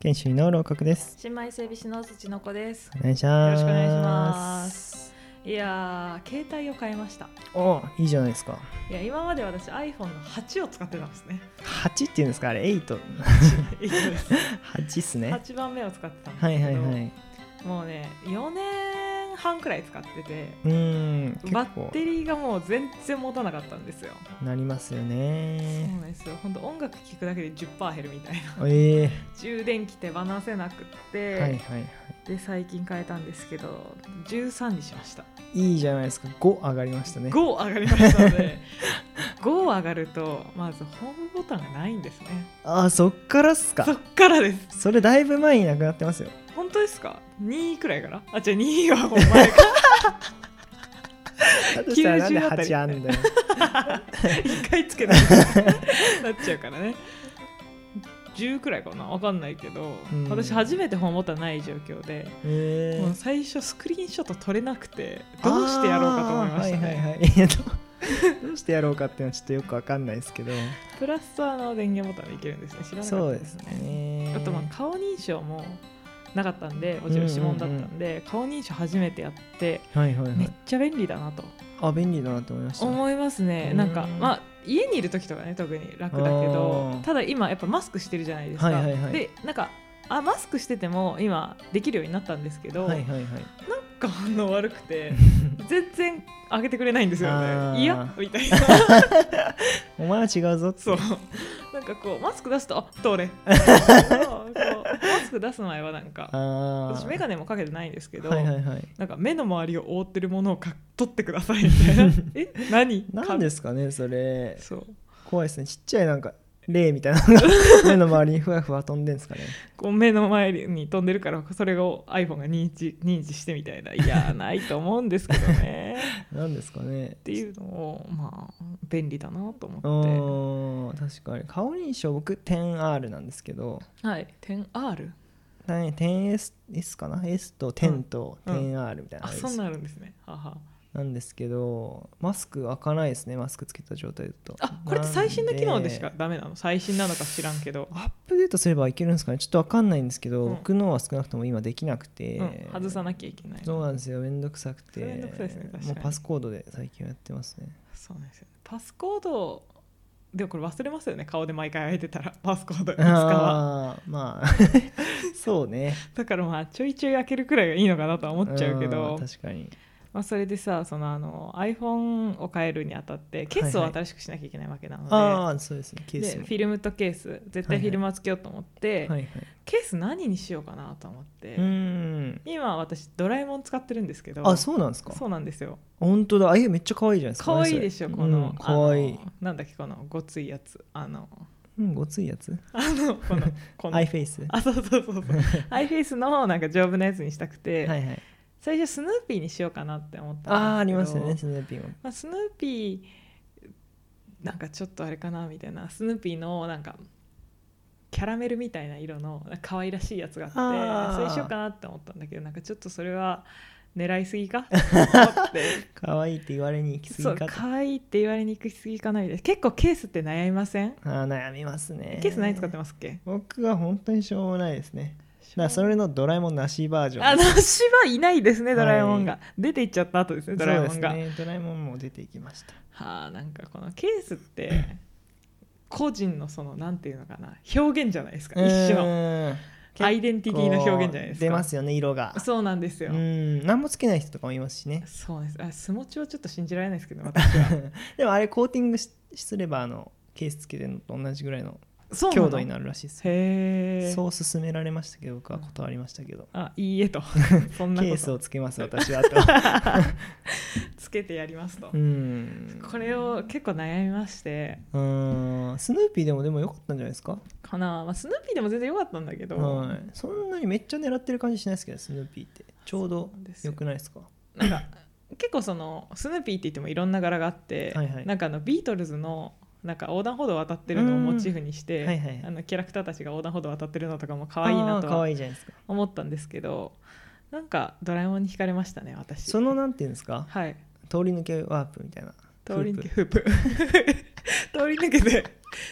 研修医の六角です。新米整備士の土の子です。お願いします。よろしくお願いします。いやー、携帯を変えました。おーいいじゃないですか。いや、今まで私 iPhone の8を使ってたんです ね。八っていうんですかあれ、エイト。いいです八っすね。 8番目を使ってたんですはいけど、はいはい。もうね、4年半くらい使ってて、うーん。結バッ構テリーがもう全然持たなかったんですよ。なりますよそうね。なんですよ。本当音楽聴くだけで10%減るみたいな。ええ充電器手放せなくって、はいはいはい。で最近変えたんですけど、13にしました。いいじゃないですか。五上がりましたね。 5上がりました ので5上がるとまずホームボタンがないんですねああ、そっからっすそかっ。からですそれだいぶ前になくなってますよ。本当ですか2くらいからあじゃあ2はもう前 かだとしたらなんで90あたり八あんだよ。一回つけないとなっちゃうからね10くらいかなわかんないけど、うん私初めてホームボタンない状況で、えもう最初スクリーンショット撮れなくてどうしてやろうかと思いましたね、あーはいはいはいいやどう。どうしてやろうかっていうのはちょっとよくわかんないですけど。プラスあの電源ボタンでいけるんですね知らなかそっうたでですすねね。あとまあ顔認証もなかったんでもちろん指紋だったんで、顔認証初めてやってはいはいはい、めっちゃ便利だなとあ便利だなと思いました、思いますね、うんなんかまあ家にいる時とかね特に楽あだけどーただ今やっぱマスクしてるじゃないですか、はいはいはいでなんかあマスクしてても今できるようになったんですけど、はいはいはいなんか反応悪く て全然上げてくれないんですよあーねいやみたい なお前は違うぞってそうなんかこうマスク出すとあ通れ そうこうマスク出す前はなんかあ私眼が鏡もかけてないんですけど、はいはいはいなんか目の周りを覆ってるものをか取ってく ださいみたいなえ何何ですかねそれかそう怖いですねちっちゃいなんか霊みたいなの が目の周りにふわふわ飛んでんですかねこう目の前に飛んでるからそれを iPhone が認知認知してみたいないやないと思うんですけ どね何ですかねっていうのをまあ便利だなとう思ーっん確かに顔認証僕 10R なんですけどてはい 10R 何 10S S かな S と10とうん 10R みたいなあのがあるんですよそんなんあるんですねははなんですけどマスク開かないですねマスクつけた状態だとあこれって最新の機能でしなかんダメなの最新なのか知らんけどアップデートすればいけるんですかねちょっと分かんないんですけど、うん僕のは少なくとも今できなくて、うん外さなきゃいけないそうなんですよめんどくさくてそれめんどくさいですね確かにもうパスコードで最近はやってますねそうなんですよパスコードでもこれ忘れますよね顔で毎回開いてたらパスコードいつかはあーま あそうねだからまあちょいちょい開けるくらいがいいのかなとは思っちゃうけどん確かにまあ、それでさそのあの iPhone を変えるにあたってケースをはいはい新しくしなきゃいけないわけなので,、ああそうですねケーでスフもィルムとケース絶はい対はフいィルムはつけようと思って、はいはいケース何にしようかなと思って、うーん今私ドラえもん使ってるんですけどあそうなんですかそうなんですよ本当だあえめっちゃ可愛いじゃないですか可愛いでしょ何こそれの,、うん、可愛いあのなんだっけこのごついやつあのうんごついやつあのこのこのアイフェイスはあそうそうそうそうアイフェイスのなんか丈夫なやつにしたくて、い はい最初スヌーピーにしようかなって思ったんですけどああーありますよねスヌーピーもまあ、スヌーピーなんかちょっとあれかなみたいなスヌーピーのなんかキャラメルみたいな色のなんか可愛らしいやつがああーってそれしようかなって思ったんだけどなんかちょっとそれは狙い すぎかと思って可愛いって言われに行きそ過うぎかと可愛いって言われにくいすぎかないです結構ケースって悩みませんあー悩みますねケース何使ってますっけ僕は本当にしょうもないですねだからそれのドラえもんなしバージョンあ私はいないですねいドラえもんが、出ていっちゃった後ですねドラえもんが、そうですねドラえもんも出ていきましたはあなんかこのケースって個人のそのなんていうのかな表現じゃないですか一種ののアイデンティティの表現じゃないですか出ますよね色がそうなんですよ、うん何もつけない人とかもいますしねそうですあスモチはちょっと信じられないですけど私 でもあれコーティングしすればあのケースつけてるのと同じぐらいのそう強度にるなるらしいですよへえそう勧められましたけど僕は断りましたけどあい いえとそんなケこースとをつけます私は とつけてやりますと、うんこれを結構悩みましてうーんスヌーピーでもでも良かったんじゃないですか、かな、まあ、スヌーピーでも全然良かったんだけど、はい、そんなにめっちゃ狙ってる感じしないですけどスヌーピーってちょうどそうです良よくないですかなんか結構そのスヌーピーって言ってもいろんな柄があって、はいはいなんかあのビートルズのなんか横断歩道を渡ってるのをモチーフにして、うんはいはいあのキャラクターたちが横断歩道を渡ってるのとかも可愛いなと可は愛いじゃないですか思ったんですけどなんかドラえもんに惹かれましたね私そのなんていうんですかはい通り抜けワープみたいな通り抜けフフープ 通り抜けて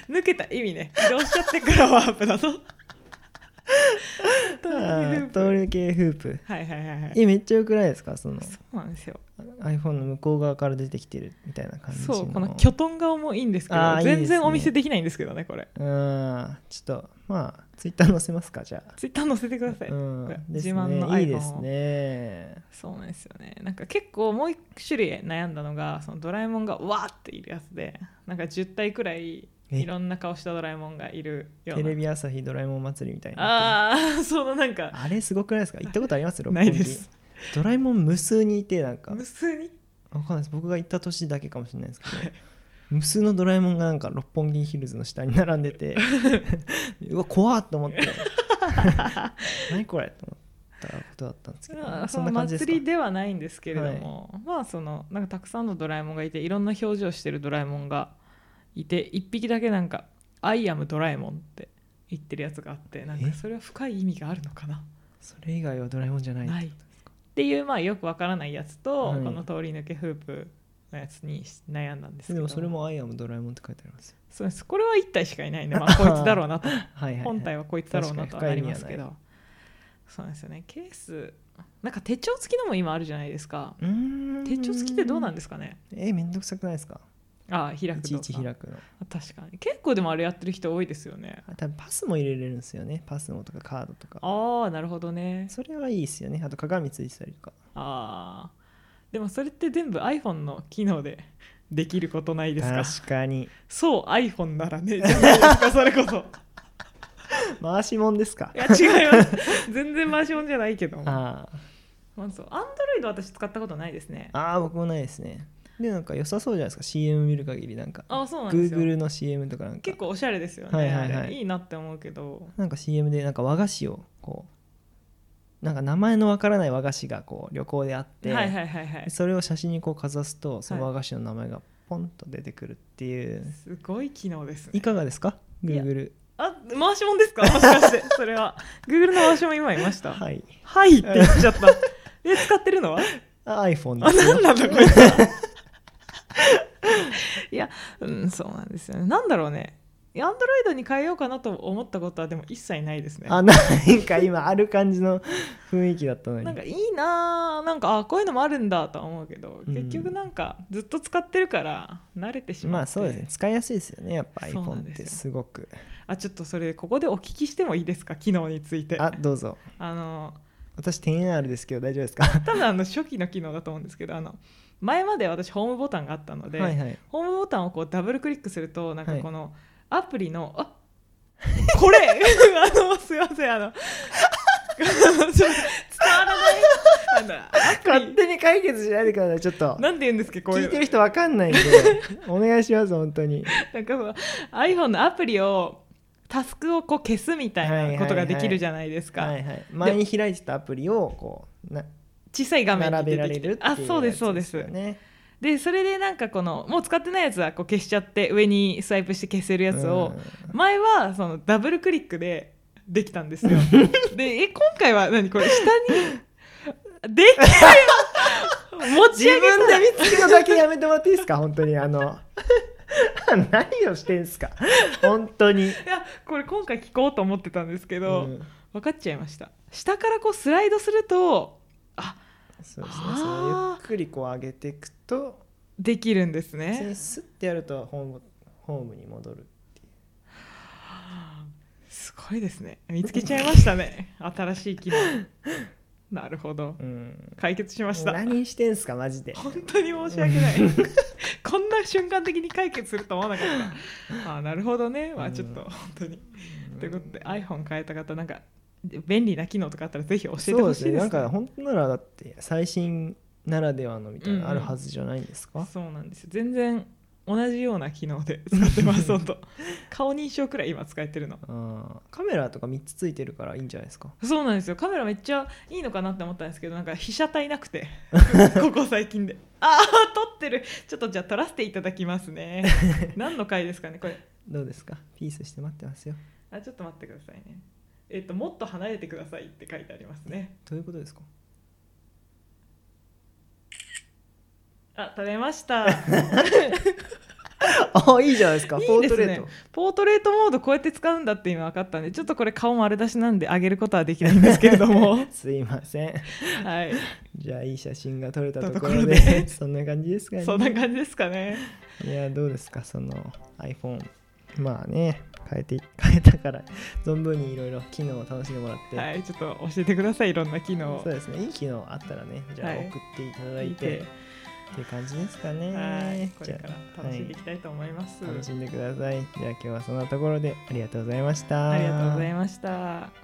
抜けた意味ね移動しちゃってからワープだとトあルネーフープトール系フープはいはいはいはいえめっちゃよくないですかそのそうなんですよ iPhone の向こう側から出てきてるみたいな感じのそうこのキョトン顔もいいんですけどあーいいですね全然お見せできないんですけどねこれうんちょっとまあツイッター載せますかじゃあツイッター載せてください、うんこれです自慢の iPhone ねいいですねそうなんですよねなんか結構もう一種類悩んだのがそのドラえもんがわーっているやつでなんか10体くらいえいろんな顔したドラえもんがいるようテなレビ朝日ドラえもん祭りみたいになってああそのなんるかあれすごくないですか行ったことあります六ない本木ですドラえもん無数にいてなんか無数にわかんないです僕が行った年だけかもしれないですけど、無数のドラえもんがなんか六本木ヒルズの下に並んで てうわ怖っと思って 何これと思ったことだったんですけど、まあそそんのな感じですか祭りではないんですけれども、まあそのなんかたくさんのドラえもんがいていろんな表情してるドラえもんがいて一匹だけなんか「アイアムドラえもん」って言ってるやつがあってなんえかそれは深い意味があるのかなそれ以外はドラえもんじゃないないっていうまあよくわからないやつと、はいこの通り抜けフープのやつに悩んだんですけでどもそれも「アイアムドラえもん」って書いてあり ますよそうですこれは1体しかいない んで、まあ、こいつだろうなとはいはい、はい、本体ははこいつだろうなとはなります確けかに深い意味どそうなんですよねケースなんか手帳付きのも今あるじゃないですかうーん手帳付きってどうなんでですかねえめんどくさくないですかああ開くいとちいちか開くのあ確かに結構でもあれやってる人多いですよねあ多分パスも入れれるんですよねパスもとかカードとかああなるほどねそれはいいですよねあと鏡ついてたりとかああでもそれって全部 iPhone の機能でできることないですか確かにそう iPhone ならねじゃないですかそれこ そ回しもんですかいや違います全然マシオンじゃないけどもあまあそうアンドロイド私使ったことないですねあああ僕もないですねでなんか良さそうじゃないですか CM 見る限りなんかあそうなんですよ Google の CM とかなんか結構おしゃれですよね、はいはいはいあれいいなって思うけどなんか CM でなんか和菓子をこうなんか名前のわからない和菓子がこう旅行であって、はいはいはいはいそれを写真にこうかざすとその和菓子の名前がポンと出てくるっていう、すごい機能ですい、ねかがですかいや Google あ回しもんですかもしかしてそれは Google の回しもん今いましたはい、はいって言っちゃったえ使ってるのはあ iPhone あですよ何なんだこいつはいやうんそうなんですよねなんだろうねアンドロイドに変えようかなと思ったことはでも一切ないですねあなんか今ある感じの雰囲気だったのになんかいいなーなんかあこういうのもあるんだとは思うけど、うん結局なんかずっと使ってるから慣れてしまってまあそうですね使いやすいですよねやっぱそうなん iPhone っですてよすごくあちょっとそれここでお聞きしてもいいですか機能についてあどうぞあの私 10R ですけど大丈夫ですか多分あの初期の機能だと思うんですけどあの前まで私ホームボタンがあったので、はい はいホームボタンをこうダブルクリックするとなんかはいこのアプリの、あこれ あのすいませんあの ちょっと伝わらないあのアプ勝リ手に解決しないでくださいちょっとなんて言うんですっけこうい聞いうてる人わかんないんで お願いします本当になんかその iPhone のアプリをタスクをこう消すみたいなことができるじゃないですか、はいはい前に開いてたアプリをこうな小さい画面に並べられ出てるきってていうあそうですそうやでつすよねでそれでなんかこのもう使ってないやつはこう消しちゃって上にスワイプして消せるやつを、前はそのダブルクリックでできたんです よでえ今回は何これ下にできるよ持自ち上げ分で見つけただけやめてもらっていいですか本当にあの 何をしてんすか本当にいやこれ今回聞こうと思ってたんですけど、うん分かっちゃいました下からこうスライドするとあそうですねあーそのゆっくりこう上げていくとできるんです普通にねスッてやるとホームホームに戻るすごいですね見つけちゃいましたね新しい機能なるほどうん解決しました本何してんすかマジで当に申し訳ないこんな瞬間的に解決すると思わなかったあなるほどねまあちょっとうん本当に、ということで iPhone 変えた方なんか便利な機能とかあったらぜひ教えてそうほでしすいねでなんすねか本当ならだって最新ならではのみたいなのあるはずじゃないんですか、そうなんですよ全然同じような機能で使って ます本当顔認証くらい今使えてるのあーカメラとか3つついてるからいいんじゃないですかそうなんですよカメラめっちゃいいのかなって思ったんですけどなんか被写体なく てここ最近でああ撮ってるちょっとじゃあ撮らせていただきま すね何の回ですかねこれどうですかピースして待ってますよあちょっと待ってくださいねえっ、ともっと離れてくださいって書いてありますねどういうことですかあ撮れましたあいいじゃないですかいポいーでトすレーねトポートレートモードこうやって使うんだって今分かったんでちょっとこれ顔丸出しなんで上げることはできないんですけれ どもすいませんはいじゃあいい写真が撮れたととこころろでで そんな感じですかねそんな感じですかねいやどうですかその iPhone まあね変えて変えたから存分にいろいろ機能を楽しんでもらって、はいちょっと教えてくださいいろんな機能そうですねいい機能あったらねじゃあはい送っていただい見て、てっていう感じですかね、はいこじれゃからあ楽しんでいきたいと思います、はい楽しんでくださいじゃあ今日はそんなところでありがとうございましたありがとうございました